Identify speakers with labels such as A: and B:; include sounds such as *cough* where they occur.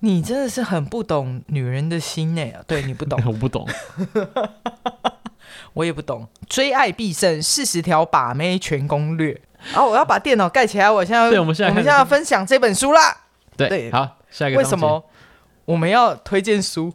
A: 你真的是很不懂女人的心呢、对你不懂，
B: *laughs* 我不懂，
A: 我也不懂。追爱必胜，四十条把妹全攻略。然后我要把电脑盖起来，我现在要
B: 对我们现在
A: 我们
B: 开始
A: 现在要分享这本书啦。
B: 对，
A: 对
B: 好，下一个
A: 为
B: 章
A: 什
B: 节
A: 么我们要推荐书？